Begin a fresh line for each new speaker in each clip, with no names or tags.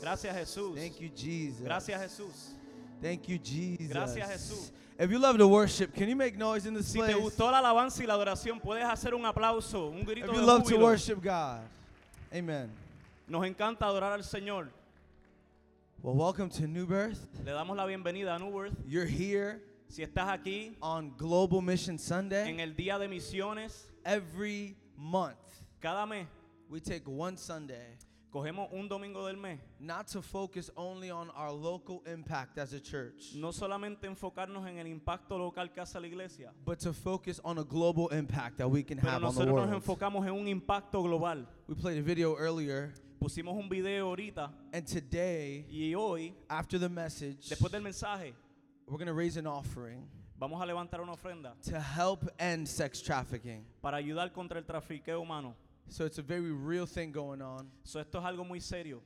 Gracias Jesús.
Thank you, Jesus.
Gracias Jesús.
Thank you, Jesus.
Gracias, Jesús.
If you love the worship, can you make noise in this
Si te
place?
gustó la alabanza y la adoración, puedes hacer un aplauso, un
if
grito
you
de
love to
júbilo.
worship God. Amen.
Nos encanta adorar al Señor.
Well, welcome to New Birth.
Le damos la bienvenida a Newworth.
You're here
Si estás aquí
on Global Mission
en
Sunday.
el día de misiones,
Every month,
cada mes
we take one Sunday
cogemos un domingo del mes.
not to focus only on our local impact as a church,
No solamente enfocarnos en el impacto local que hace la iglesia,
but to focus on a global impact that we can
pero
have on the
nosotros nos
world.
enfocamos en un impacto global.
We played a video earlier,
Pusimos un video ahorita
and today,
y hoy,
after the message,
después del mensaje,
we're going to raise an offering.
vamos a levantar una ofrenda
to help end sex trafficking.
para ayudar contra el trafiqueo humano.
So it's a very real thing going on.
So, esto es algo muy serio.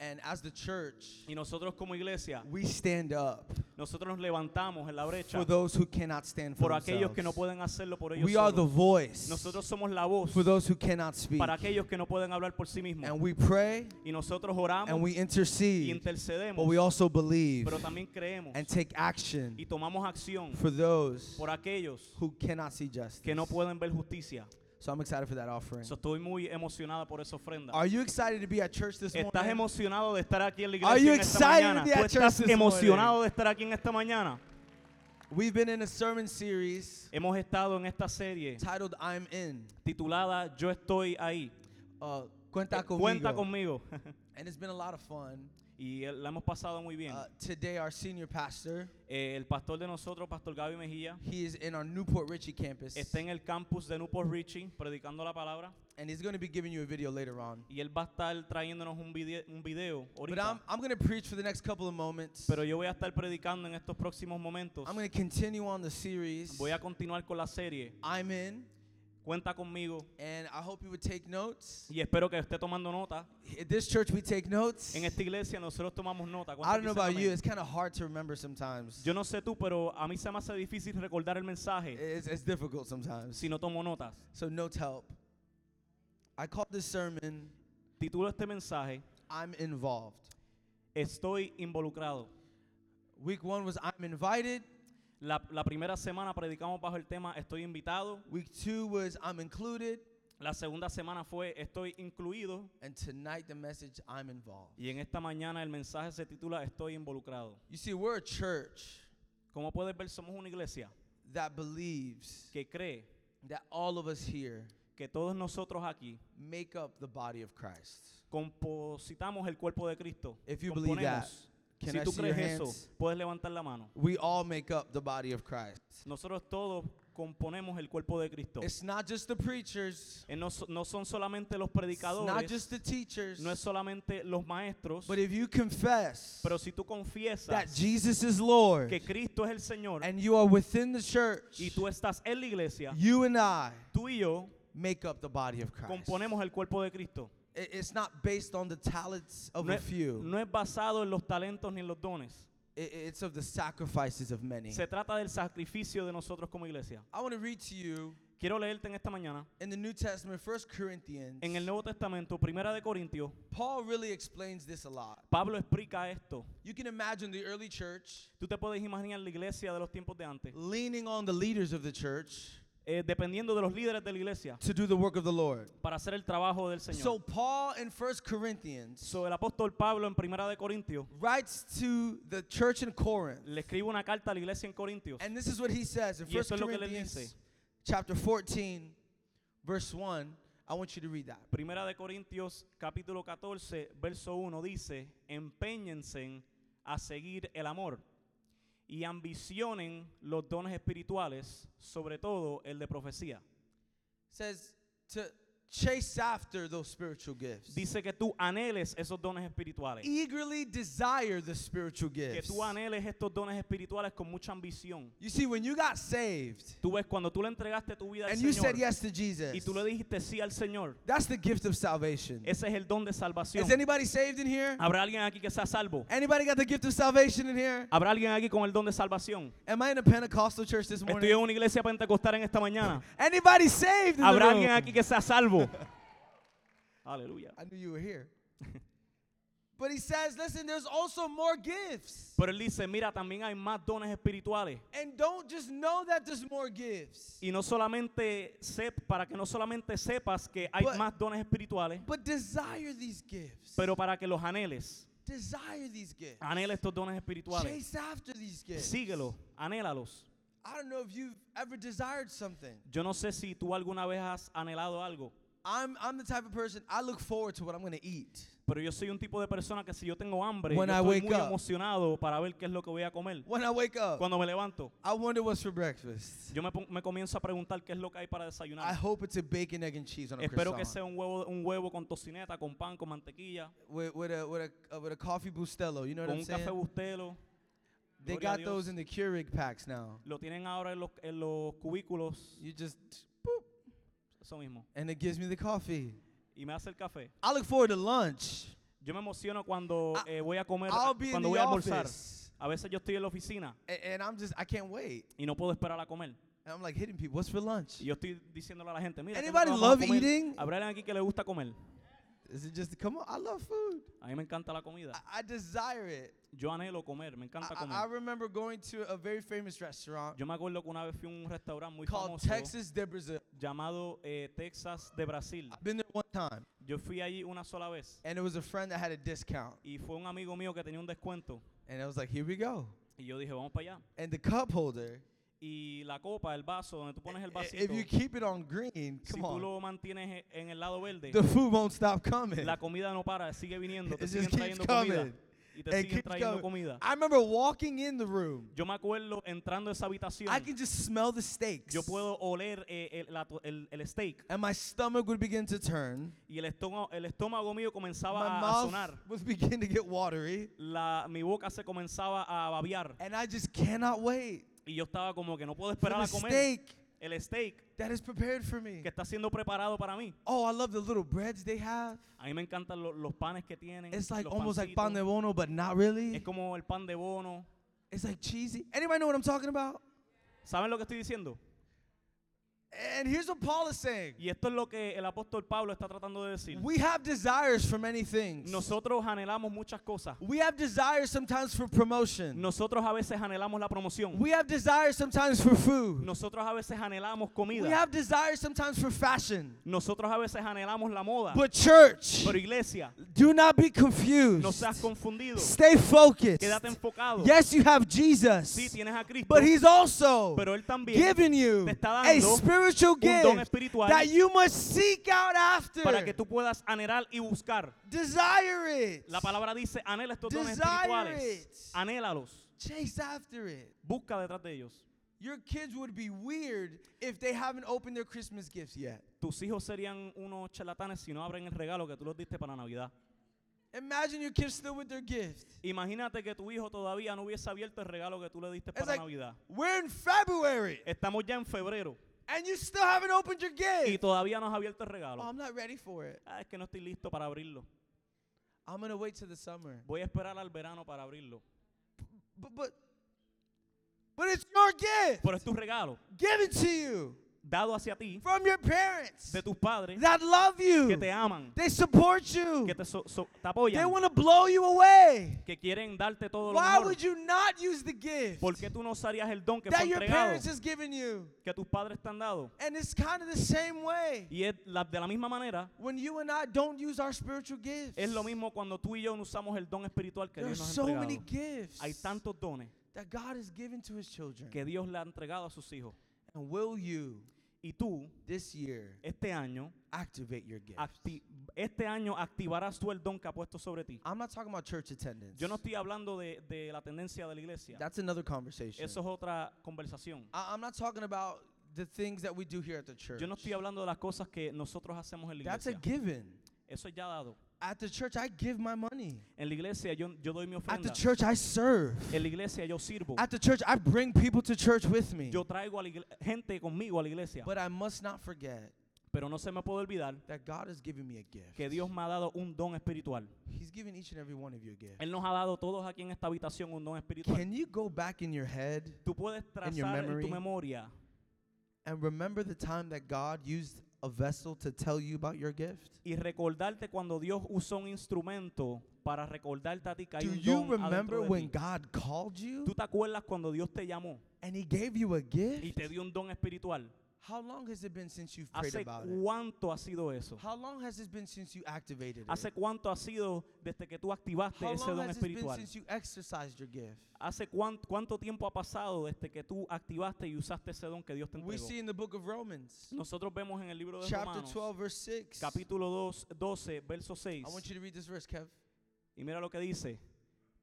And as the church,
Y nosotros como iglesia,
we stand up
nosotros nos levantamos en la brecha
for those who cannot stand for
por aquellos que no
themselves.
pueden hacerlo por ellos
We are the
solos.
voice
Nosotros somos la voz
for those who cannot speak.
para aquellos que no pueden hablar por sí mismos.
And we pray
Y nosotros
and
oramos
we
y
intercede, but
intercedemos,
we also believe
pero también creemos
and take action
y tomamos acción
for those
por aquellos
who cannot see justice.
que no pueden ver justicia.
So I'm excited for that offering.
So, estoy muy emocionada por esa ofrenda.
Are you excited to be at church this
¿Estás
morning?
emocionado de estar aquí en la
Are
iglesia
you
en esta
excited to
mañana?
be at
¿Tú estás
church this
emocionado
morning?
de estar aquí en esta mañana?
We've been in a sermon series
Hemos estado en esta serie
titled I'm In.
titulada Yo estoy ahí.
Uh, cuenta conmigo.
eh, Cuenta conmigo.
And it's been a lot of fun.
y eh, la hemos pasado muy bien.
Uh, today, our senior pastor,
Eh, el pastor de nosotros, Pastor Gaby Mejía,
he is in our Newport Richie campus,
está en el campus de Newport Richie predicando la palabra
and he's going to be giving you a video later on.
y él va a estar trayéndonos un video, un video
But I'm,
ahorita.
I'm going to preach for the next couple of moments.
Pero yo voy a estar predicando en estos próximos momentos.
I'm going to continue on the series.
Voy a continuar con la serie.
I'm in,
Cuenta conmigo
and I hope you would take notes.
y espero que esté tomando nota.
At this church, we take notes.
En esta iglesia nosotros tomamos nota. ¿Cuántos
I don't know
dicen
about you,
amén?
it's kind of hard to remember sometimes.
Yo no sé tú, pero a mí se me hace difícil recordar el mensaje
It's, it's difficult sometimes.
si no tomo notas.
So, notes help. I called this sermon,
Titulo este mensaje,
I'm Involved.
Estoy involucrado.
Week one was I'm invited.
La, la primera semana predicamos bajo el tema Estoy invitado.
Week two was I'm included.
La segunda semana fue Estoy incluido.
And tonight, the message I'm involved.
Y en esta mañana el mensaje se titula Estoy involucrado.
You see, we're a church
Como puedes ver, somos una iglesia
that believes
que cree
that all of us here
que todos nosotros aquí
make up the body of Christ.
compositamos el cuerpo de Cristo.
If you believe that,
Componemos.
can
Si
I
tú
see your
crees eso,
hands?
puedes levantar la mano.
We all make up the body of Christ.
Nosotros todos componemos el cuerpo de Cristo.
It's not just the preachers,
Eh, No, so- no son solamente los
it's not
predicadores,
just the teachers.
no es solamente los maestros,
But if you confess
pero si tú
that
confiesas
Jesus is Lord
que Cristo es el Señor
and you are within the church,
y tú estás en la iglesia,
you and I
tú y yo
make up the body of Christ.
componemos el cuerpo de Cristo.
It- It's not based on the talents of
No
a
es,
few.
no es basado en los talentos ni en los dones.
I- It's of the sacrifices of many.
Se trata del sacrificio de nosotros como iglesia.
I want to read to you
Quiero leerte en esta mañana,
in the New Testament, First Corinthians.
en el Nuevo Testamento, Primera de Corintios,
Paul really explains this a lot.
Pablo explica esto.
You can imagine the early church
Tú te puedes imaginar la iglesia de los tiempos de antes,
leaning on the leaders of the church
eh, dependiendo de los líderes de la iglesia
to do the work of the Lord.
para hacer el trabajo del Señor.
So Paul in First Corinthians
So, el apóstol Pablo en Primera de Corintios
writes to the church in Corinth.
le escribe una carta a la iglesia en Corintios.
And this is what he says in
Y
First
esto es lo que él
Corinthians
dice.
chapter 14 verse 1. I want you to read that.
Primera de Corintios capítulo 14, verso 1 dice, "Empeñense a seguir el amor y ambicionen los dones espirituales, sobre todo el de profecía."
says to chase after those spiritual gifts.
Dice que tú anheles esos dones espirituales,
Eagerly desire the spiritual
que
gifts.
tú anheles estos dones espirituales con mucha ambición.
You see, when you got saved
Tú ves cuando tú le entregaste tu vida al
and you said
Señor
yes to Jesus,
y tú le dijiste sí al Señor,
that's the gift of salvation.
ese es Ah. el don de salvación.
Is anybody saved in here?
¿Habrá alguien aquí que sea salvo?
Anybody got the gift of salvation in here?
¿Habrá alguien aquí con el don de salvación?
Am I in a Pentecostal church this
Estoy en
morning?
una iglesia pentecostal en esta mañana.
Anybody saved in the
Habrá alguien
room?
aquí que sea salvo. Aleluya.
I knew you were here. But he says, listen, there's also more gifts.
Pero él dice, mira, también hay más dones espirituales.
And don't just know that there's more gifts,
Y no solamente sep, para que no solamente sepas que hay
But-
más dones espirituales,
but desire these gifts.
pero para que los anheles.
desire these gifts.
Anhela estos dones espirituales.
Chase after these gifts.
Síguelos, anhélalos.
I don't know if you've ever desired something.
Yo no sé si tú alguna vez has anhelado algo,
I'm, I'm the type of person, I look forward to what I'm going to eat.
pero yo soy un tipo de persona que si yo tengo hambre,
When
yo
I
estoy
wake
muy
up.
emocionado para ver qué es lo que voy a comer.
When I wake up,
Cuando me levanto,
I wonder what's for breakfast.
yo me, pon- me comienzo a preguntar qué es lo que hay para
I
desayunar.
hope it's a bacon, egg, and cheese on a
Espero que
croissant.
sea un huevo, un huevo con tocineta, con pan, con mantequilla,
with, with a with a uh, with a coffee Bustelo. You know what
con un
I'm
café
saying?
bustelo.
They
Gloria a
got those
Dios.
in the Keurig packs now.
Lo tienen ahora en los, en los cubículos,
You just boop,
eso mismo.
and it gives me the coffee.
Y me hace el café.
I look forward to lunch.
Yo me emociono cuando
I-
eh, voy a comer,
Ah, I'll be in
cuando
the
voy a almorzar.
office,
A veces yo estoy en la oficina
a- and, I'm just I can't wait.
y no puedo esperar a comer.
And I'm like hitting people. What's for lunch?
Y yo estoy diciéndole a la gente, mira, ¿qué es lo que
Anybody
vamos a
love
comer? Ah.
eating?
¿Habrá alguien aquí que le gusta comer?
Is it just come on? I love food.
A mí me encanta la comida.
I, I desire it.
Yo anhelo comer, me encanta
I, I I
comer.
remember going to a very famous restaurant
Yo me acuerdo que una vez fui a un restaurante muy
called
famoso
Texas de Brazil.
llamado eh, Texas de Brasil.
I've been there one time,
Yo fui allí una sola vez
and it was a friend that had a discount,
y fue un amigo mío que tenía un descuento
and I was like, here we go.
y yo dije, vamos para allá.
And the cup holder
Y la copa, el vaso, donde tú pones el
I-
vasito,
Eh, If you keep it on green,
si
come
tú
on.
lo mantienes e- en el lado verde,
The food won't stop coming.
la comida no para, sigue viniendo, te
It
siguen
just keeps
trayendo comida.
coming.
Y te
It
siguen
keeps
trayendo
coming.
comida.
I remember walking in the room.
Yo me acuerdo entrando a esa habitación,
I can just smell the steaks.
yo puedo oler eh, el, la to- el- el steak
And my stomach would begin to turn.
y el estómago, el estómago mío comenzaba
My
a, a
mouth
sonar.
was beginning to get watery.
La, mi boca se comenzaba a babear
And I just cannot wait
y yo estaba como que no puedo
for
esperar
the
a comer
steak
el steak
that is prepared for me.
que está siendo preparado para mí.
Oh, I love the little breads they have.
A mí me encantan lo- los panes que tienen.
It's like
los
almost like pan de
pancitos.
bono, but not
Es
really.
como el pan de bono.
It's like cheesy. Anybody know what I'm talking about?
¿Saben lo que estoy diciendo?
And here's what Paul is saying.
Y esto es lo que el apóstol Pablo está tratando de decir.
We have desires for many things.
Nosotros anhelamos muchas cosas.
We have desires sometimes for promotion.
Nosotros a veces anhelamos la promoción.
We have desires sometimes for food.
Nosotros a veces anhelamos
We
comida.
have desires sometimes for fashion.
Nosotros a veces anhelamos la moda.
But church,
Pero iglesia,
do not be
no
confused.
seas confundido.
Stay focused.
Quédate enfocado.
Yes, you have
Sí,
Jesus,
tienes a Cristo.
but he's also
Pero él también
giving you
te está
a
dando
spiritual
un don
gift
espiritual
that you must seek out after.
para que tú puedas anhelar y buscar.
Desire it.
La palabra dice, anhela estos dones
Desire
espirituales.
it.
Anhélalos.
Chase after it.
Busca detrás de ellos.
Your kids would be weird if they haven't opened their Christmas gifts yet.
Tus hijos serían unos charlatanes si no abren el regalo que tú les diste para Navidad.
Imagine your kids still with their gift.
Imagínate que tu hijo todavía no hubiese abierto el regalo que tú le diste para
like-
Navidad.
We're in February
Estamos ya en febrero
and you still haven't opened your
y
gift.
todavía no has abierto el
Oh,
regalo.
I'm not ready for it.
Ah, es que no estoy listo para abrirlo.
I'm gonna wait till the summer.
Voy a esperar al verano para abrirlo.
But but but it's your gift
Pero es tu regalo,
given to you
dado hacia ti,
from your parents
de tus padres,
that love
que
you.
te aman,
They support you.
que te, so- so- te
They
apoyan,
want to blow you away.
que quieren darte todo lo
Why
mejor.
would you not use the gift
¿Por qué tú no usarías el don que fue
that your
entregado,
parents has given you?
que tus padres te han dado?
And it's kind of the same way.
Y es la- de la misma manera,
When you and I don't use our spiritual gifts,
es lo mismo cuando tú y yo no usamos el don espiritual que
there are
Dios nos ha
so many
entregado.
gifts
Hay tantos dones
that God has given to His children.
que Dios le ha entregado a sus hijos.
And will you
Y tú,
this year
este año,
activate your gifts?
acti- este año activarás tú el don que ha puesto sobre ti.
I'm not talking about church attendance.
Yo no estoy hablando de, de la tendencia de la iglesia.
That's another conversation.
Eso es otra conversación.
I, I'm not talking about the things that we do here at the church.
Yo no estoy hablando de las cosas que nosotros hacemos en la
That's a
iglesia.
given.
Eso es ya dado.
At the church, I give my money.
En la iglesia yo, yo doy mi
At the
ofrenda.
church, I serve.
En la iglesia yo sirvo.
At the church, I bring people to church with me.
Yo traigo a la igle- gente conmigo a la iglesia.
But I must not forget
Pero no se me puede olvidar
that God has given me a gift.
que Dios me ha dado un don espiritual.
He's given each and every one of you a gift.
Él nos ha dado todos aquí en esta habitación un don espiritual.
Can you go back in your head
Tú puedes
in your
trazar en tu
memory?
memoria
And remember the time that God used a vessel to tell you about your gift?
y recordarte cuando Dios usó un instrumento para recordarte a ti que hay
Do
un
you
don adentro
remember
de
when
ti.
God called
¿Tú
you
te acuerdas cuando Dios te llamó
and He gave you a
y
gift?
te dio un don espiritual?
How long has it been since you've prayed
¿Hace
about it?
cuánto ha sido eso?
How long has it been since you activated
¿Hace
it?
cuánto ha sido desde que tú activaste
How
ese
long
don
has it been
espiritual?
since you exercised your gift?
¿Hace cuán- cuánto tiempo ha pasado desde que tú activaste y usaste ese don que Dios te
We
entregó?
see in the book of Romans,
Nosotros vemos en el libro de
chapter
Romanos,
12, verse 6.
capítulo 2, 12, verso
I want
6.
you to read this verse, Kev.
Y mira lo que dice.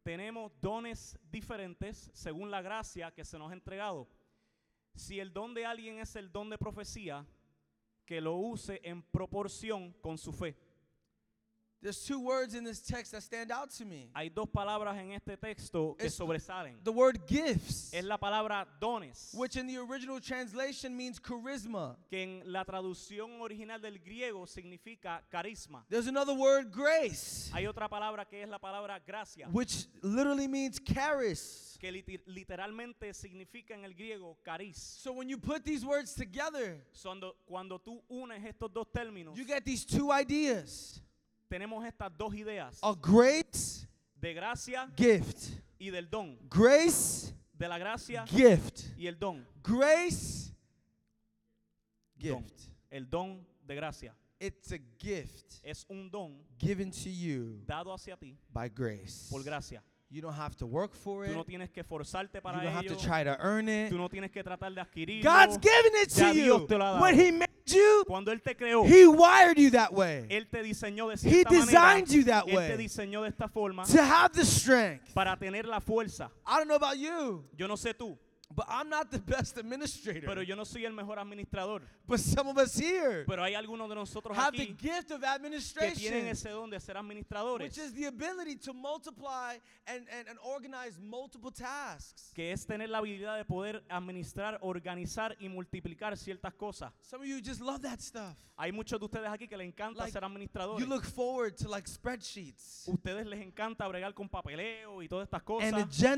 Tenemos dones diferentes según la gracia que se nos ha entregado. Si el don de alguien es el don de profecía, que lo use en proporción con su fe.
There's two words in this text that stand out to me.
Hay dos palabras en este texto que
Es-
sobresalen.
The word gifts,
Es la palabra dones,
which in the original translation means charisma.
que en la traducción original del griego significa carisma.
There's another word, grace,
Hay otra palabra que es la palabra gracia,
which literally means charis.
que liti- literalmente significa en el griego cariz.
So when you put these words together,
Cuando, cuando tú unes estos dos términos,
you get these two ideas
tenemos estas dos ideas
a grace
de gracia
gift.
y del don.
Grace
De la gracia
gift.
y el don.
Grace
Don.
gift.
El don de gracia
It's a gift
es un don
given to you
dado hacia ti
by grace.
por gracia.
You don't have to work for it.
Tú no
You
tienes que forzarte para
don't have
ello.
to try to earn it.
Tú no tienes que tratar de adquirirlo.
God's given it
Ya
to
Dios
you.
te lo ha
When
dado.
He made you,
Cuando él te creó,
He wired you that way
él te diseñó de
He
cierta manera.
designed you that
Él te
way
diseñó de esta forma
to have the strength.
para tener la fuerza.
I don't know about you,
Yo no sé tú,
but I'm not the best
pero
administrator.
yo no soy el mejor administrador.
But some of us here
Pero hay algunos de nosotros
have the
aquí
gift of
que tienen
administration,
ese don de ser
which
administradores,
is the ability to multiply and, and, and organize multiple tasks.
que es tener la habilidad de poder administrar, organizar y multiplicar ciertas cosas.
Some of you just love that stuff.
Hay muchos de ustedes aquí que les encanta
Like,
ser administradores.
You look forward to like spreadsheets
ustedes les encanta bregar con papeleo y todas estas
and
cosas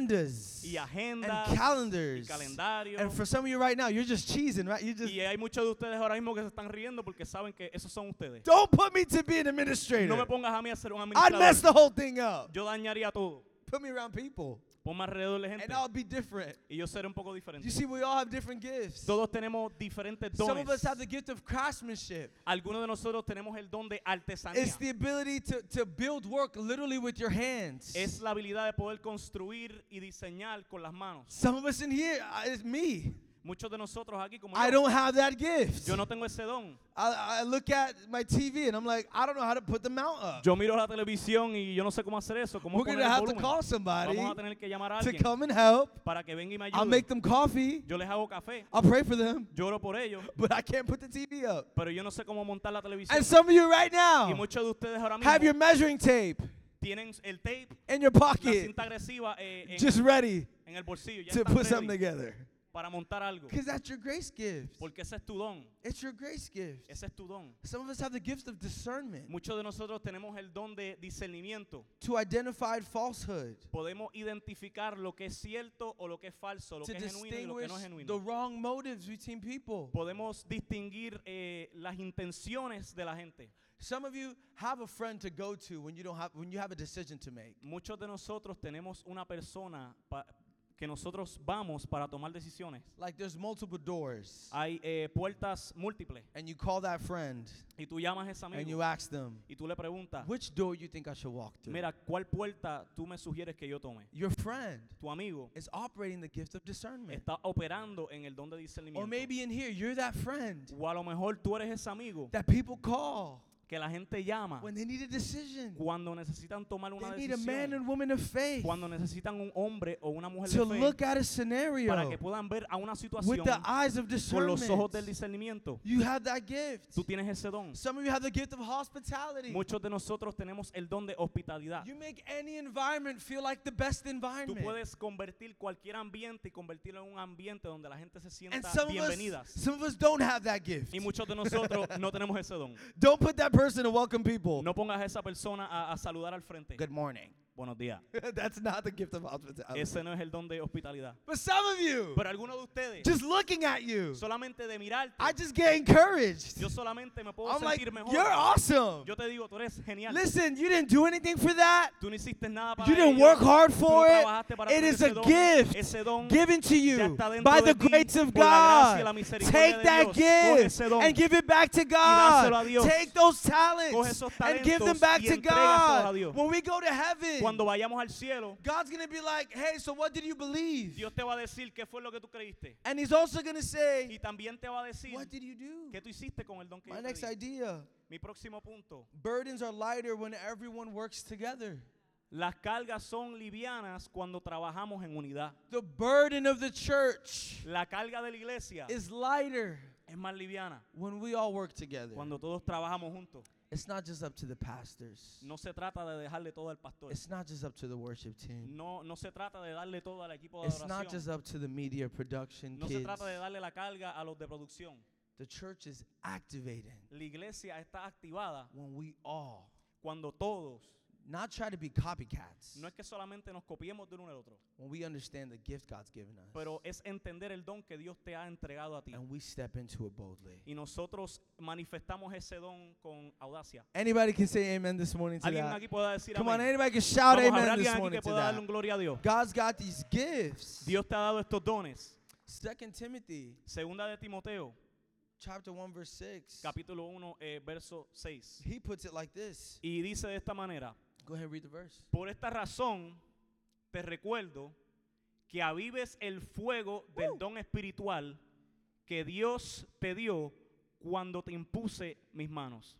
agendas
y
and
agendas y
calendars.
calendarios.
And for some of you right now, you're just cheesing, right? You just
y hay muchos de ustedes ahora mismo que se están riendo porque saben que esos son ustedes.
don't put me to be an
No
administrator.
me pongas a mí a ser un
I'd mess
administrador.
the whole thing up.
Yo dañaría todo.
Put me around people,
Ponme alrededor de gente
and I'll be different.
y yo seré un poco diferente.
You see, we all have different gifts.
Todos tenemos diferentes
Some of us
dones.
have the gift of craftsmanship.
Algunos de nosotros tenemos el don de artesanía.
It's the ability to, to build work literally with your hands.
Es la habilidad de poder construir y diseñar con las manos.
Some of us in here, I- it's me.
Muchos de nosotros aquí, como
I
yo,
don't have that gift.
yo no tengo ese don.
I, I look at my TV and I'm like, I don't know how to put the mount up.
Yo miro la televisión y yo no sé cómo hacer eso. Cómo
We're
poner
gonna
el
have to
volumen.
call somebody
Vamos a tener que llamar a
to
alguien
come and help.
para que venga y me
I'll
ayude.
make them coffee.
Yo les hago café,
I'll pray for them,
lloro por ellos,
but I can't put the TV up.
pero yo no sé cómo montar la televisión.
And some of you right
Y
now
muchos de ustedes ahora mismo
have your measuring tape
tienen el tape,
in your
la
pocket,
cinta agresiva eh, en,
just ready
en el bolsillo ya
to
están
put something
ready
together.
para montar algo.
Because that's your grace gift.
Porque ese es tu don,
It's your grace gift.
ese es tu don.
Some of us have the gift of discernment
Muchos de nosotros tenemos el don de discernimiento.
to identify falsehood,
Podemos identificar lo que es cierto o lo que es falso, lo
to
que es genuino y lo que
distinguish
no es
the
genuino.
wrong motives between people.
Podemos distinguir eh, las intenciones de la gente.
Some of you have a friend to go to when you don't have when you have a decision to make.
Muchos de nosotros tenemos una persona pa- que nosotros vamos para tomar decisiones.
Like there's multiple doors
Hay eh, puertas múltiples
and you call that friend
y tú llamas a ese
and
amigo
you ask them,
y tú le preguntas,
"Which door you think I should walk through?"
mira, ¿cuál puerta tú me sugieres que yo tome?
Your friend
Tu amigo
is operating the gift of discernment.
está operando en el don de
Or
discernimiento.
maybe in here you're that friend
O a lo mejor tú eres ese amigo
that people call
que la gente llama
when they need a decision.
cuando necesitan tomar Ah. una
They need a man
decisión,
and woman of faith
cuando necesitan un hombre o una mujer
to
de fe
look at a
para
scenario
que puedan ver a una situación
with the eyes of
con los ojos del
discernment.
discernimiento.
You have that gift.
Tú tienes ese don.
Some of you have the gift of hospitality.
Muchos de nosotros tenemos el don de hospitalidad.
You make any environment feel like the best
Tú
environment.
puedes convertir cualquier ambiente y convertirlo en un ambiente donde la gente se
And
sienta
some of us,
bienvenidas.
some of us don't have that gift.
Y muchos de nosotros no tenemos ese don.
Don't put that person to welcome people.
No pongas a esa persona a, a saludar al frente.
Oh. Good Ah. morning.
buenos días.
That's not the gift of hospitality.
Ese no es el don de hospitalidad.
but some of you,
Pero algunos de ustedes,
just looking at you,
solamente de mirarte,
I just get encouraged.
yo solamente me puedo
I'm like,
sentir mejor.
you're awesome.
Yo te digo, tú eres genial.
Listen, you didn't do anything for that.
Tú no hiciste nada para
You didn't
ello.
work hard
Tú
for
no
it.
trabajaste para
It
tener
is
ese
a
don.
gift
Ese don
given to
ya
you
está dentro
by the
de ti
grace of
por la gracia y la
God.
misericordia
Take
de
that
Dios. Coge
gift
ese don
and give it back
dáselo
to
a
God.
Dios.
Take those
Coge
talents
esos
and give them
talentos
back
y
to
entrégaselos a
God.
Dios.
When we go to heaven,
cuando vayamos al cielo,
God's going to be like, hey, so what did you believe?
Dios te va a decir qué fue lo que tú creíste.
And He's also going to
Y
say,
también te va a decir
what did you do?
qué tú hiciste con el don que
My
yo te
next
di.
idea
Mi próximo punto.
burdens are lighter when everyone works together.
Las cargas son livianas cuando trabajamos en unidad.
The burden of the church
La carga de la iglesia
is lighter
es más liviana
when we all work together.
cuando todos trabajamos juntos.
It's not just up to the pastors.
No se trata de dejarle todo al pastor.
It's not just up to the worship team.
No, no se trata de darle todo al equipo de
It's not
adoración.
just up to the media production
No se
kids.
trata de darle la carga a los de producción.
The church is activating
La iglesia está activada
when we all
cuando todos,
not try to be copycats.
no es que solamente nos copiemos del uno al otro,
When we understand the gift God's given us
pero es entender el don que Dios te ha entregado a ti.
and we step into it boldly.
Y nosotros manifestamos ese don con audacia.
Anybody can say amen this morning to
¿Alguien
that.
aquí pueda decir
Come on,
amén?
anybody can shout
Vamos a haber
amen
alguien
this
aquí que
morning to
pueda darle un
that.
gloria a Dios.
God's got these gifts.
Dios te ha dado estos dones.
Second Timothy
Segunda de Timoteo,
chapter 1 verse 6.
capítulo 1, eh, verso 6.
He puts it like this.
Y dice de esta manera,
Go ahead and read the verse.
por esta razón te recuerdo que avives el fuego del don espiritual que Dios te dio cuando te impuse mis manos.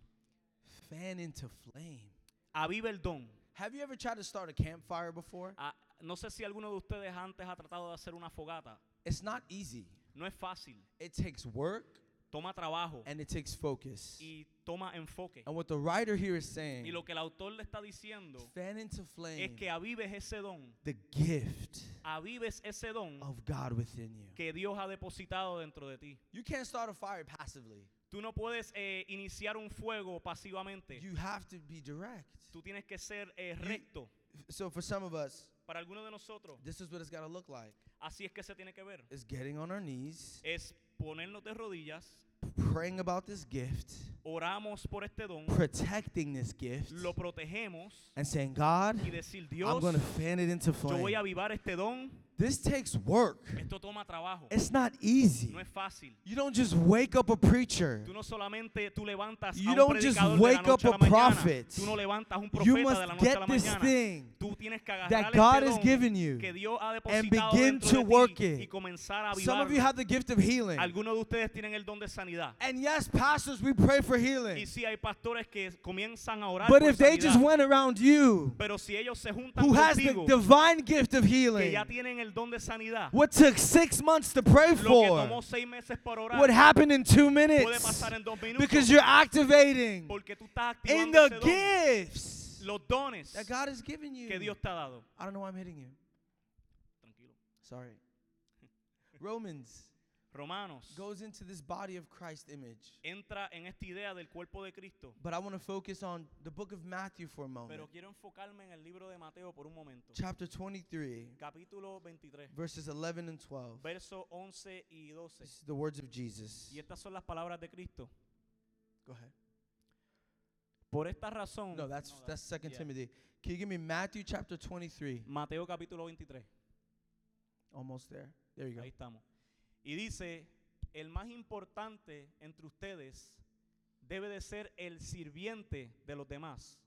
Fan into flame.
Aviva el don.
Have you ever tried to start a campfire before?
Ah, no sé si alguno de ustedes antes ha tratado de hacer una fogata.
It's not easy.
No es fácil.
It takes work
Toma trabajo
and it takes focus.
y toma enfoque.
And what the writer here is saying,
Y lo que el autor le está diciendo
fan into
es
flame
que avives ese don.
the gift
Avives ese don
of God within you.
Mm. que Dios ha depositado dentro de ti.
You can't start a fire passively.
Tú no puedes eh, iniciar un fuego pasivamente.
You have to be direct.
Tú tienes que ser eh, recto.
So for some of us,
Para algunos de nosotros,
this is what it's got to look like.
así es que se tiene que ver.
It's getting on our knees,
Es ponernos de rodillas,
praying about this gift,
oramos por este don,
protecting this gift,
Mm. lo protegemos
and saying, God,
y decir,
I'm
Dios,
going to fan it into
yo voy a
flame.
avivar este don.
This takes work.
Esto toma trabajo.
It's not easy.
No es fácil.
You don't just wake up a preacher.
Tú no solamente tú levantas
You
a un
don't just
predicador de la
wake
noche a
up
la
a
mañana.
prophet.
Tú no levantas un
You
profeta de
must
la noche a la
get this
mañana.
thing
Tú tienes que agarrar
that
este
God has
don
given you
que Dios ha
and
depositado
begin
dentro
to
de ti
work
y
it.
comenzar a
Some
avivarlo.
of you have the gift of healing.
Algunos de ustedes tienen el don de sanidad.
And yes, pastors, we pray for
Y
healing.
sí hay pastores que comienzan a orar
But
por
if they just
sanidad,
went around you
pero si ellos se juntan
who has the
contigo
divine gift of
que
healing,
ya tienen el don de sanidad,
what took six months to pray
lo que tomó
for,
seis meses por
what
orar
happened in two
puede
minutes,
pasar en dos minutos
because you're activating
porque tú estás activando
in the
ese don,
gifts
los dones
that God has given you.
que Dios te ha dado.
I don't know why I'm hitting you.
Tranquilo.
Sorry. Romans
Romanos
goes into this body of Christ image.
entra en esta idea del cuerpo de Cristo,
But I want to focus on the book of Matthew for a moment.
pero quiero enfocarme en el libro de Mateo por un momento.
Chapter 23,
Capítulo 23,
verses 11 and 12.
versos 11 y 12.
This is the words of Jesus.
Y estas son las palabras de Cristo.
Go ahead.
Por esta razón,
No, that's that's Second
yeah.
Timothy. Can you give me Matthew chapter 23?
Mateo capítulo 23.
Almost there. There you go.
Ahí estamos. Y dice, el más importante entre ustedes debe de ser el sirviente de los demás.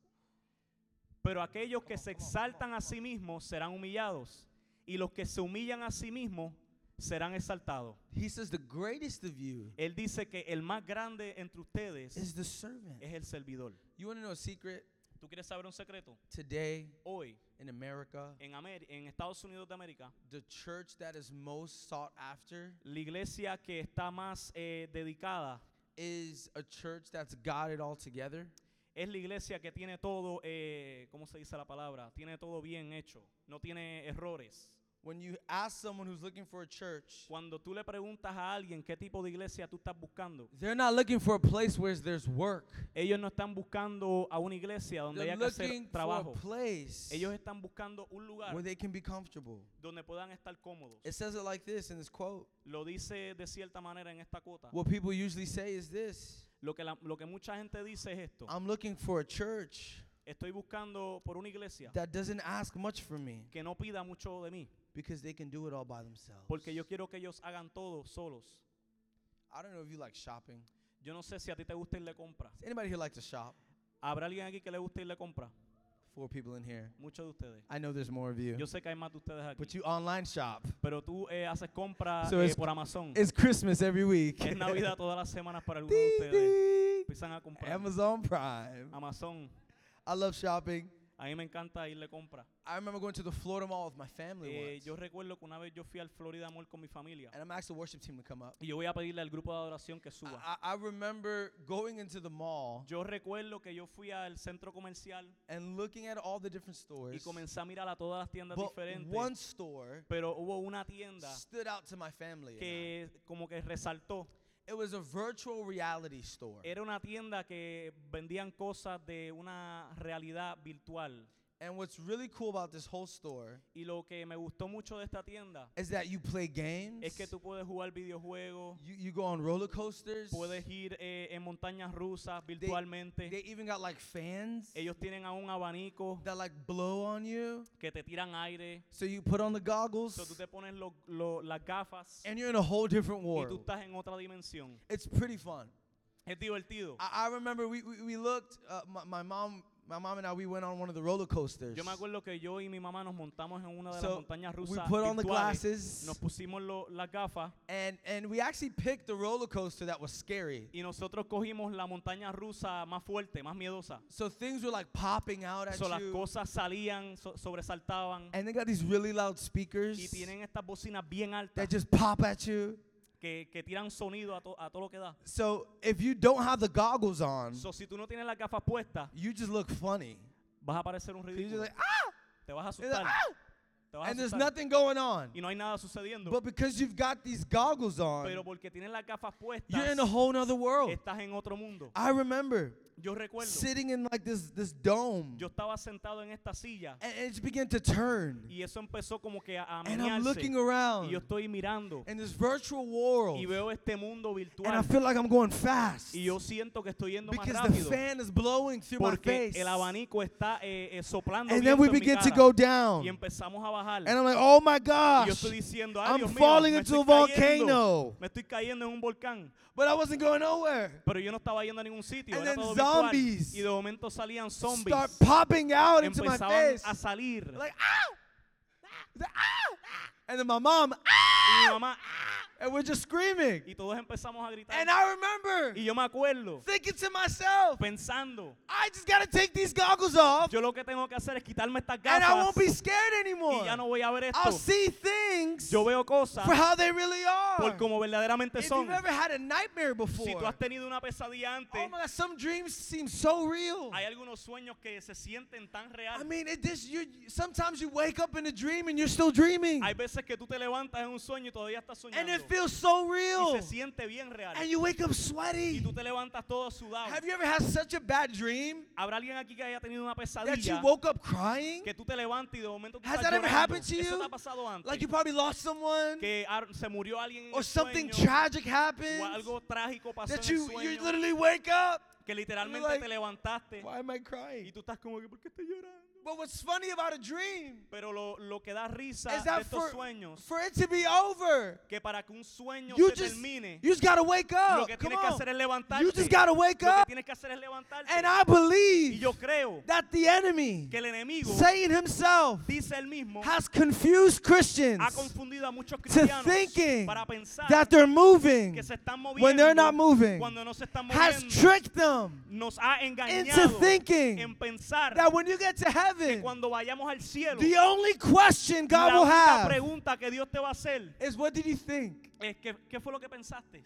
Pero aquellos que se exaltan a sí mismos serán humillados y los que se humillan a sí mismos serán exaltados.
He says the greatest of you
Él dice que el más grande entre ustedes
is the servant.
es el servidor.
You want to know a secret?
¿Tú quieres saber un secreto?
Today
Hoy,
in America,
en, Amer- en Estados Unidos de América,
the church that is most sought after
la iglesia que está más eh, dedicada
is a church that's got it all together.
es la iglesia que tiene todo, eh, ¿cómo se dice la palabra? Tiene todo bien hecho, no tiene errores.
when you ask someone who's looking for a church,
Cuando tú le preguntas a alguien qué tipo de iglesia tú estás buscando,
they're not looking for a place where there's work.
ellos no están buscando a una iglesia donde
They're
haya que
looking
hacer
for a
trabajo.
place
Ellos están buscando un lugar
where they can be comfortable.
donde puedan estar cómodos.
It says it like this in this quote.
Lo dice de cierta manera en esta cuota.
What people usually say is this
Lo que, la- lo que mucha gente dice es esto.
I'm looking for a church
Estoy buscando por una iglesia
that doesn't ask much from me
que no pida mucho de mí,
because they can do it all by themselves.
porque yo quiero que ellos hagan todo solos.
I don't know if you like shopping.
Yo no sé si a ti te gusta irle compra.
Does anybody here like to shop?
¿Habrá alguien aquí que le gusta irle compra?
Four people in here.
Muchos de ustedes.
I know there's more of you.
Yo sé que hay más de ustedes
But
aquí.
you online shop.
Pero tú eh, haces compras
So
eh,
it's-
por Amazon.
It's Christmas every week.
Es Navidad todas las semanas para algunos de
Ding,
ustedes.
ding.
Empiezan a comprar.
Amazon Prime.
Amazon.
I love shopping.
A mí me encanta irle compra.
I remember going to the Florida Mall with my
Eh,
family
yo
once.
recuerdo que una vez yo fui al Florida Mall con mi familia.
And I'm asking the worship team to come up.
Y yo voy a pedirle al grupo de adoración que suba.
I, I I remember going into the mall
Yo recuerdo que yo fui al centro comercial
and looking at all the different
y
stores.
comencé a mirar a todas las tiendas
But
diferentes.
one store
pero hubo una tienda
stood out to my family. and I.
que como que resaltó.
It was a virtual reality store.
Era una tienda que vendían cosas de una realidad virtual.
And what's really cool about this whole store
Y lo que me gustó mucho de esta tienda
is that you play games.
es que tú puedes jugar videojuegos,
you, you go on roller coasters.
puedes ir eh, en montañas rusas
They
virtualmente.
even got like fans
Ellos tienen a un abanico
that like blow on you.
que te tiran aire.
So you put on the goggles
So, tú te pones lo- lo- las gafas
and you're in a whole different
y tú
world.
estás en otra dimensión.
It's pretty fun.
Es divertido.
I, I remember we, we, we looked, uh, my, my mom my mom and I, we went on one of the roller coasters.
Yo me acuerdo que yo y mi mamá nos montamos en una de las
So,
montañas
we
rusas
put on the
virtuales.
glasses
Nos pusimos lo- las gafas
and, and we actually picked the roller coaster that was scary.
y nosotros cogimos la montaña rusa más fuerte, más miedosa.
So things were like popping out at
So, las
you.
cosas salían, so- sobresaltaban
And they got these really loud
y
speakers
tienen estas bocinas bien altas
that just pop at you.
que, que tiran sonido a, to- a todo lo que da.
So if you don't have the goggles on,
So, si tú no tienes las gafas puestas,
you just look funny.
vas a parecer un
'Cause You're
ridículo.
just like, ah!
Te vas a
You're
asustar.
like, "Ah!"
Te vas a
And there's
asustar.
nothing going on.
Y no hay nada sucediendo.
But because you've got these goggles
Pero
on,
porque tienes las gafas puestas,
you're in a Ah, whole nother world.
estás en otro mundo.
I remember
Yo recuerdo,
sitting in like this this dome,
yo estaba sentado en esta silla
and it just began to turn.
y eso empezó como que a, a
And I'm
menearse.
looking
Y yo
around
estoy mirando
in this virtual world,
y
and
veo este mundo
I
virtual
feel like I'm going fast
y yo siento que estoy yendo más
because the
rápido
fan is blowing through my
porque
face.
el abanico está eh, eh, soplando
And then
viento
we
en mi
begin to
cara.
go
y
down,
empezamos a bajar.
and I'm like, oh my
y yo
gosh!
estoy diciendo, ay
I'm
Dios mío,
falling
me
into
estoy
a
cayendo,
volcano.
me estoy cayendo en un volcán.
But I wasn't going nowhere.
Pero yo no estaba yendo a ningún sitio,
And
era
then
todo virtual.
zombies
y de momento salían zombies,
Start popping out into my
empezaban
face.
a salir.
Like, ow! The- ow! And then my mom, "Ah!"
y mi mamá, "Ah",
and we're just screaming.
y todos empezamos a gritar.
And I remember
Y yo me acuerdo
thinking to myself,
pensando,
I just gotta take these goggles off
yo lo que tengo que hacer es quitarme estas
and I won't
gafas
be scared
y
anymore.
ya no voy a ver
I'll
esto.
see things
Yo veo cosas
for how they really
por
are.
como verdaderamente
If
son.
you've ever had a nightmare
Si tú
before,
has tenido una pesadilla
oh
antes,
my god, some dreams seem so real.
hay algunos sueños que se sienten tan
I
reales.
mean, it just you sometimes you wake up in a dream and you're still dreaming.
Hay veces que tú te levantas en un sueño y todavía estás
And
soñando.
it feels so
Y se
real.
siente bien real.
And you wake up
Y
sweaty.
tú te levantas todo sudado.
Have you ever had such a bad dream
¿Habrá alguien aquí que haya tenido una
that you
pesadilla?
woke up crying?
Que tú te levantas y de momento tú
Has
estás
that ever
llorando?
happened to
Eso
you?
te ha pasado antes.
Like you probably lost someone
que ar- se murió alguien en
or
el
something
sueño,
tragic
o
happened
algo trágico pasó en
that
el
you you
sueño,
literally wake up.
que literalmente
like,
te levantaste
Why am I
y
crying?
tú estás como que ¿por qué estoy llorando?
But what's funny about a dream
Pero lo, lo que da risa
is
de
that
estos
for,
sueños
for it to be over,
que para que un sueño
you
se
just you
termine,
just gotta wake
lo
up.
que
Come
tienes que hacer
on.
es levantarte.
You just gotta wake
lo que
up.
tienes que hacer es levantarte.
And I
y
believe
yo creo
that the enemy,
que el enemigo
Satan himself,
dice él mismo
has confused
ha
Christians
confundido a muchos cristianos
thinking
para pensar
that they're moving
que se están moviendo
when they're not moving
cuando no se están
has
moviendo.
tricked them
nos ha engañado
into thinking
en pensar
that when you get to heaven,
cuando vayamos al cielo,
the only question God
la
will
única
have
pregunta que Dios te va a hacer
is, What did you think?
es ¿qué, qué fue lo que pensaste?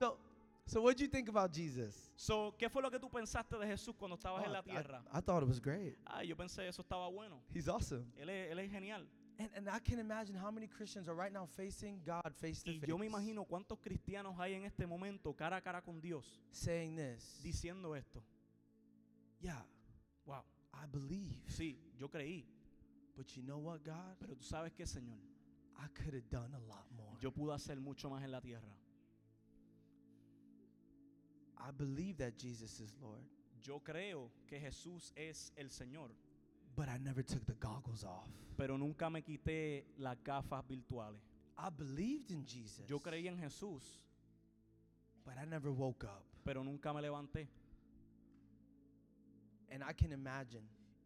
So, so what did you think about Jesus?
So, ¿Qué fue lo que tú pensaste de Jesús cuando estabas
Oh,
en la
I,
tierra?
I thought it was great.
Ah, yo pensé eso estaba bueno.
He's awesome.
Él es, él es genial.
And, and I can imagine how many Christians are right now facing God face to
Y yo me
face,
imagino cuántos cristianos hay en este momento cara a cara con Dios
saying this.
diciendo esto.
Yeah,
Wow,
I believe,
sí, yo creí,
but you know what, God?
pero tú sabes qué, Señor,
I could have done a lot more.
yo pude hacer mucho más en la tierra.
I believe that Jesus is Lord,
Yo creo que Jesús es el Señor,
but I never took the goggles off.
pero nunca me quité las gafas virtuales.
I believed in Jesus,
Yo creí en Jesús,
but I never woke up.
pero nunca me levanté.
And I can imagine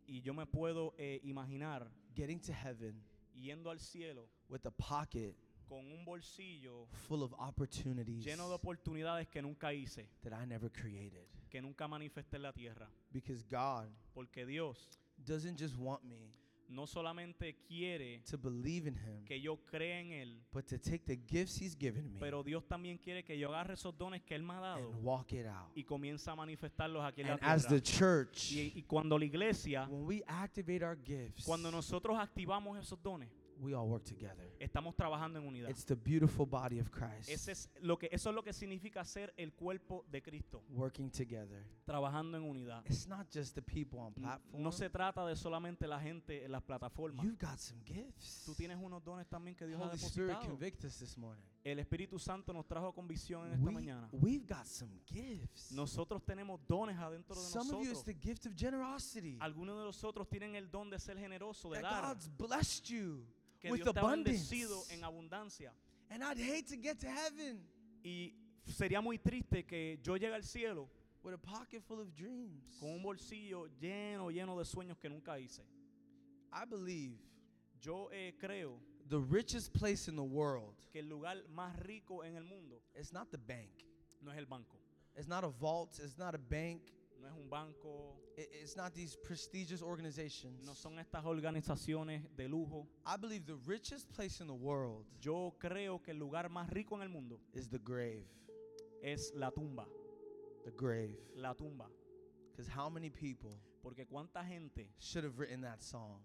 Y yo me puedo eh, imaginar
getting to heaven
yendo al cielo
with a pocket
con un bolsillo
full of opportunities
lleno de oportunidades que nunca hice,
that I never created.
que nunca manifesté en la tierra.
Because God
Porque Dios
doesn't just want me
no solamente quiere
to believe in Him,
que yo crea en Él,
but to take the gifts He's given me
pero Dios también quiere que yo agarre esos dones que Él me ha
and
dado
walk it out.
y comienza a manifestarlos aquí en la
And as the
tierra.
church,
Y, y cuando la iglesia,
when we activate our gifts,
cuando nosotros activamos esos dones,
we all work together.
estamos trabajando en unidad.
It's the beautiful body of Christ
Ese es lo que, eso es lo que significa ser el cuerpo de Cristo,
working together.
trabajando en unidad.
It's not just the people on
N-
platform.
No se trata de solamente la gente en las plataformas.
You've got some gifts.
Tú tienes unos dones también que Dios ha
Holy Spirit
depositado.
convict us this morning.
El Espíritu Santo nos trajo convicción en esta mañana.
We, have got some gifts.
Nosotros tenemos dones adentro de
Some of you,
nosotros.
it's the gift of generosity.
Algunos de nosotros tienen el don de ser generoso, de
That
dar,
God's blessed you
que
with
Dios te ha
abundance.
bendecido en abundancia.
And I'd hate to get to heaven
Y sería muy triste que yo llegue al cielo
with a pocket full of dreams.
con un bolsillo lleno, lleno de sueños que nunca hice.
I believe
Yo eh, creo
the richest place in the world
que el lugar más rico en el mundo
is not the bank.
no es el banco,
It's not a vault. It's not a bank.
no es un banco,
I- It's not these prestigious organizations.
no son estas organizaciones de lujo.
I believe the richest place in the world
Yo creo que el lugar más rico en el mundo
is the grave.
es la tumba,
The grave.
la tumba.
Because how many people
Porque cuánta gente
should have written that song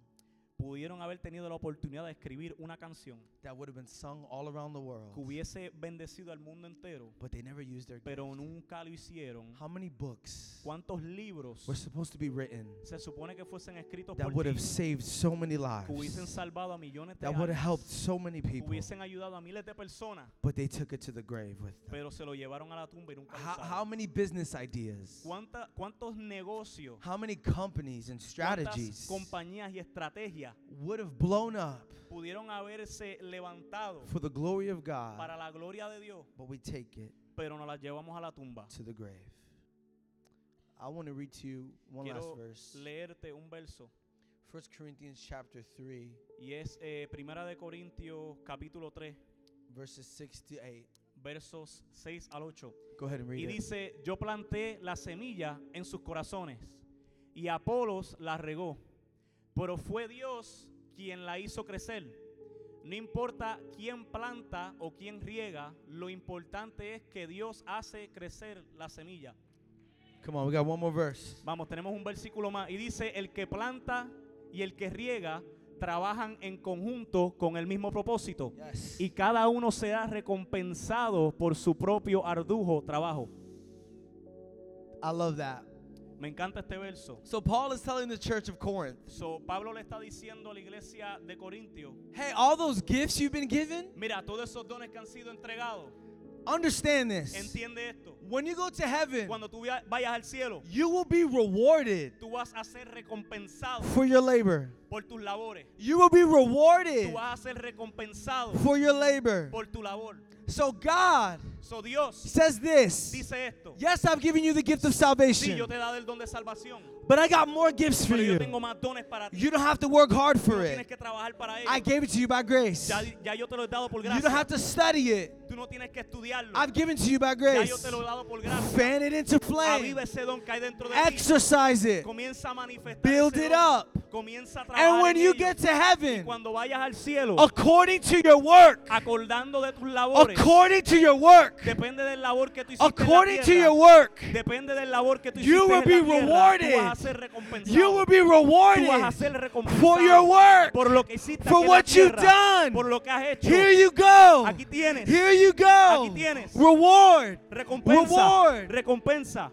pudieron haber tenido la oportunidad de escribir una canción
that would have been sung all around the
que
world,
hubiese bendecido al mundo entero,
but they never used their gift?
pero nunca lo hicieron.
How many books
¿Cuántos libros
were supposed to be written
se supone que fuesen escritos
Pues, that
por
would
ti,
have saved so many
que hubiesen
lives,
salvado a millones de
that would have
almas,
helped so many
que
people,
hubiesen ayudado a miles de personas,
but they took it to the grave with them?
pero se lo llevaron a la tumba y nunca lo
How, how
usaron?
many business ideas?
¿Cuánta- ¿Cuántos negocios,
How many companies and
cuántas
strategies
compañías y estrategias
would have blown up
pudieron haberse levantado
for the glory of
para
God,
la gloria de Dios,
but we take it
pero nos las llevamos a la tumba?
to the grave? I want to read to you one last
Quiero
verse.
leerte un verso.
1 Corinthians chapter 3,
Y es eh, Primera de Corintios capítulo 3,
verses 6 to 8.
versos 6 al 8.
Go ahead and
Y
read it.
dice, yo planté la semilla en sus corazones y Apolos la regó, pero fue Dios quien la hizo crecer. No importa quién planta o quién riega, lo importante es que Dios hace crecer la semilla.
Come on, we got one more verse.
Vamos, tenemos un versículo más. Y dice, el que planta y el que riega trabajan en conjunto con el mismo propósito.
Yes.
y cada uno será recompensado por su propio ardujo trabajo.
I love that.
Me encanta este verso.
So Paul is telling the church of Corinth,
So, Pablo le está diciendo a la iglesia de Corintio,
hey, all those gifts you've been given,
mira, todos esos dones que han sido entregados,
understand this.
entiende esto.
When you go to heaven,
Cuando tú via- vayas al cielo,
you will be rewarded
tú vas a ser recompensado
for your labor.
por tus labores.
You will be
Tú
rewarded
vas a ser recompensado
for your labor.
por tu labor.
So God
So, Dios
says this
dice esto.
Yes, I've given you the gift of
Sí, yo
salvation,
te he dado el don de salvación,
but I got more gifts for
pero yo
you.
tengo más dones para ti.
You don't have to work hard
Tú
for
no tienes
it.
que trabajar para
I
ello.
gave it to you by grace.
Ya, ya yo te lo he dado por
You don't
gracia.
have to study it.
Tú no tienes que estudiarlo.
I've given to you by
Ya yo
grace.
te lo he dado por gracia.
Fan it into flame.
Aviva ese don que hay dentro de ti.
Exercise it.
Comienza a manifestar.
Eh, Build
ese
it
don.
up.
Comienza a trabajar.
And when
en
you
ello.
get to heaven,
Cuando vayas al cielo,
according to your work,
acordando de tus labores,
according to your work, work,
Depende del labor que tú hiciste en la
according to
tierra.
your work,
Depende del labor que tú hiciste
You
en
will
la
be
tierra, tú
rewarded.
vas a ser recompensado.
you will be
tú vas a
rewarded
ser recompensado
for your work.
por lo que hiciste
for
aquí en
what
la
you've
tierra,
done.
por lo que has hecho.
Here you go.
aquí tienes
Here you go.
Aquí tienes.
Reward.
recompensa,
Reward.
recompensa.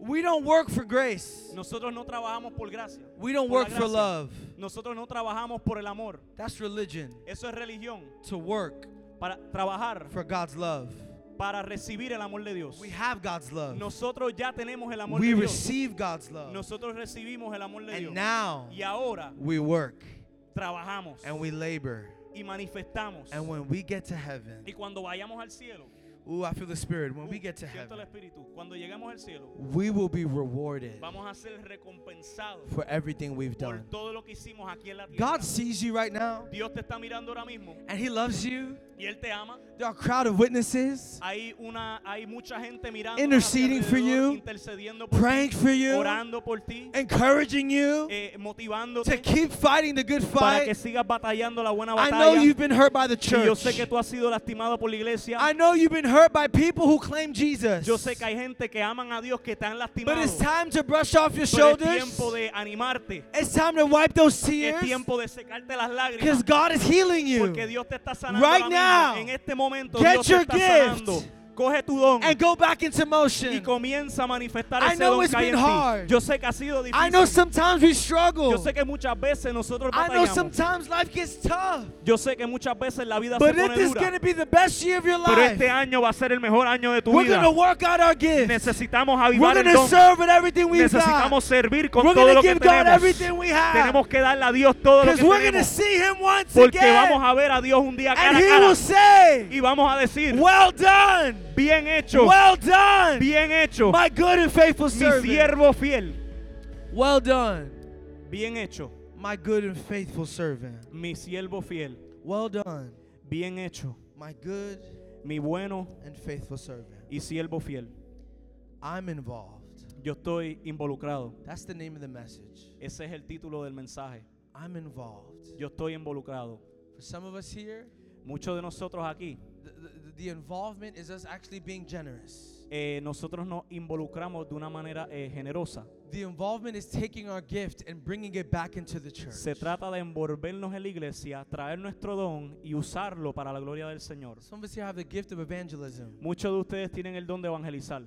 We don't work for grace.
Nosotros no trabajamos por gracia.
We don't
por la
work for
gracia.
love.
Nosotros no trabajamos por el amor.
That's religion.
Eso es religión.
To work
Para trabajar,
for God's love.
para recibir el amor de Dios.
We have God's love.
Nosotros ya tenemos el amor
We
de Dios.
receive God's love.
Nosotros recibimos el amor de
And
Dios.
now
y ahora
we work
trabajamos
and we labor.
y manifestamos.
And when we get to heaven,
y cuando vayamos al cielo,
ooh, I feel the spirit. When
uh,
we get to
siento el
heaven,
espíritu. Cuando llegamos al cielo,
we will be rewarded
vamos a ser recompensados
for everything we've
por
done.
todo lo que hicimos aquí en la tierra.
God sees you right now
Dios te está mirando ahora mismo
and He loves you.
y él te ama.
There are a crowd of witnesses
Hay una hay mucha gente mirando
Interceding for you.
intercediendo por
praying for
ti,
you,
orando por ti,
encouraging you
eh,
to
motivándote
keep fighting the good
para que
fight.
sigas batallando la buena
I know
batalla.
you've been hurt by the
Y yo sé
church.
que tú has sido lastimado por la iglesia.
I know you've been hurt by people who claim Jesus.
Yo sé que hay gente que aman a Dios que te han
But
lastimado.
it's time to brush off your
Pero es
shoulders.
tiempo de animarte.
It's time to wipe those
Es
tears
tiempo de secarte las
because
lágrimas.
God is healing you.
Porque Dios te está sanando
Right
ahora mismo.
now,
en este momento
get
Dios te
your
está
gift.
sanando. Coge tu don
And go back into
y
motion.
comienza a manifestar
I
ese
know
don
it's
que hay en
been hard.
ti. Yo sé que ha sido
I know
difícil.
sometimes we
Yo
struggle.
sé que muchas veces nosotros
I know
batallamos.
sometimes life gets tough.
Yo sé que muchas veces la vida se
But if
pone
this is going
dura.
to be the best year of your
Pero
life,
este año va a ser el mejor año de tu
we're
vida.
going to work out our gifts.
Necesitamos
We're
avivar
going
el
to
don.
serve with everything we've got.
Necesitamos servir con
We're
todo
going
lo
to
que
give God
tenemos.
everything we have.
Tenemos que darle a Dios todo lo
Because
que
we're going to
tenemos.
see Him once
Porque vamos
again.
a ver a Dios un día cara
And
a
He
cara.
will say,
Y vamos a decir,
Well done.
bien hecho,
Well done.
bien hecho,
My good and faithful
mi
servant.
siervo fiel.
Well done.
Bien hecho,
My good and faithful servant.
mi siervo fiel.
Well done.
Bien hecho,
My good
mi bueno
and faithful servant.
y siervo fiel.
I'm involved.
Yo estoy involucrado.
That's the name of the message.
Ese es el título del mensaje.
I'm involved.
Yo estoy involucrado.
For some of us here,
Muchos de nosotros aquí,
the, the, the involvement is us actually being generous.
eh, nosotros nos involucramos de una manera eh, generosa.
The involvement is taking our gift and bringing it back into the church.
Se trata de envolvernos en la iglesia, traer nuestro don y usarlo para la gloria del Señor.
Some of us here have the gift of evangelism,
Muchos de ustedes tienen el don de evangelizar,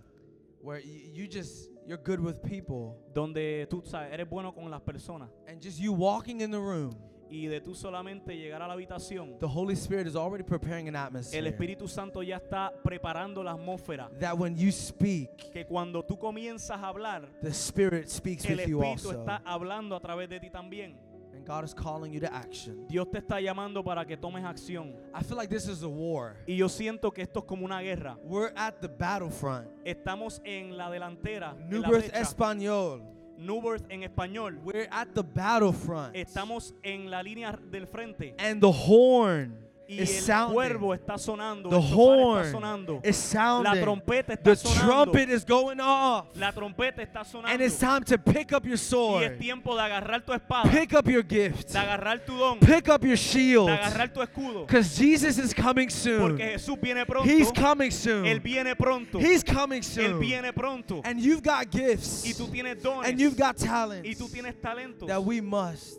where y- you just you're good with people,
donde tú sabes, eres bueno con las personas
and just you walking in the room,
y de tú solamente llegar a la habitación,
the Holy Spirit is already preparing an
el
atmosphere.
Espíritu Santo ya está preparando la atmósfera,
That when you speak,
que cuando tú comienzas a hablar,
the Spirit speaks
el
with you
Espíritu
also,
está hablando a través de ti también.
and God is calling you to action.
Dios te está llamando para que tomes acción.
I feel like this is a war.
Y yo siento que esto es como una guerra.
We're at the battlefront.
Estamos en la delantera, en la
New Birth
brecha.
Espanol.
New Birth en español.
We're at the battlefront.
Estamos en la línea del frente
and the horn
y
is
el
sounding.
cuervo está sonando,
The
el shofar está
horn
sonando,
is
la
sounding.
trompeta está
The
sonando,
trumpet is going off.
la trompeta está sonando.
And it's time to pick up
y
your
es
sword.
tiempo de agarrar tu espada,
Pick up your gift.
de agarrar tu don,
Pick up your shield.
de agarrar tu escudo,
Because Jesus is coming soon.
porque Jesús viene pronto.
He's coming
él
soon.
viene pronto.
He's coming
él
soon.
viene pronto.
And you've got
y
gifts.
tú tienes dones.
And you've got
y
talents
tú tienes talentos
that we must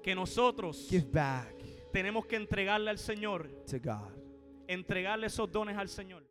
que nosotros
give back
tenemos que entregarle al Señor,
to God.
entregarle esos dones al Señor.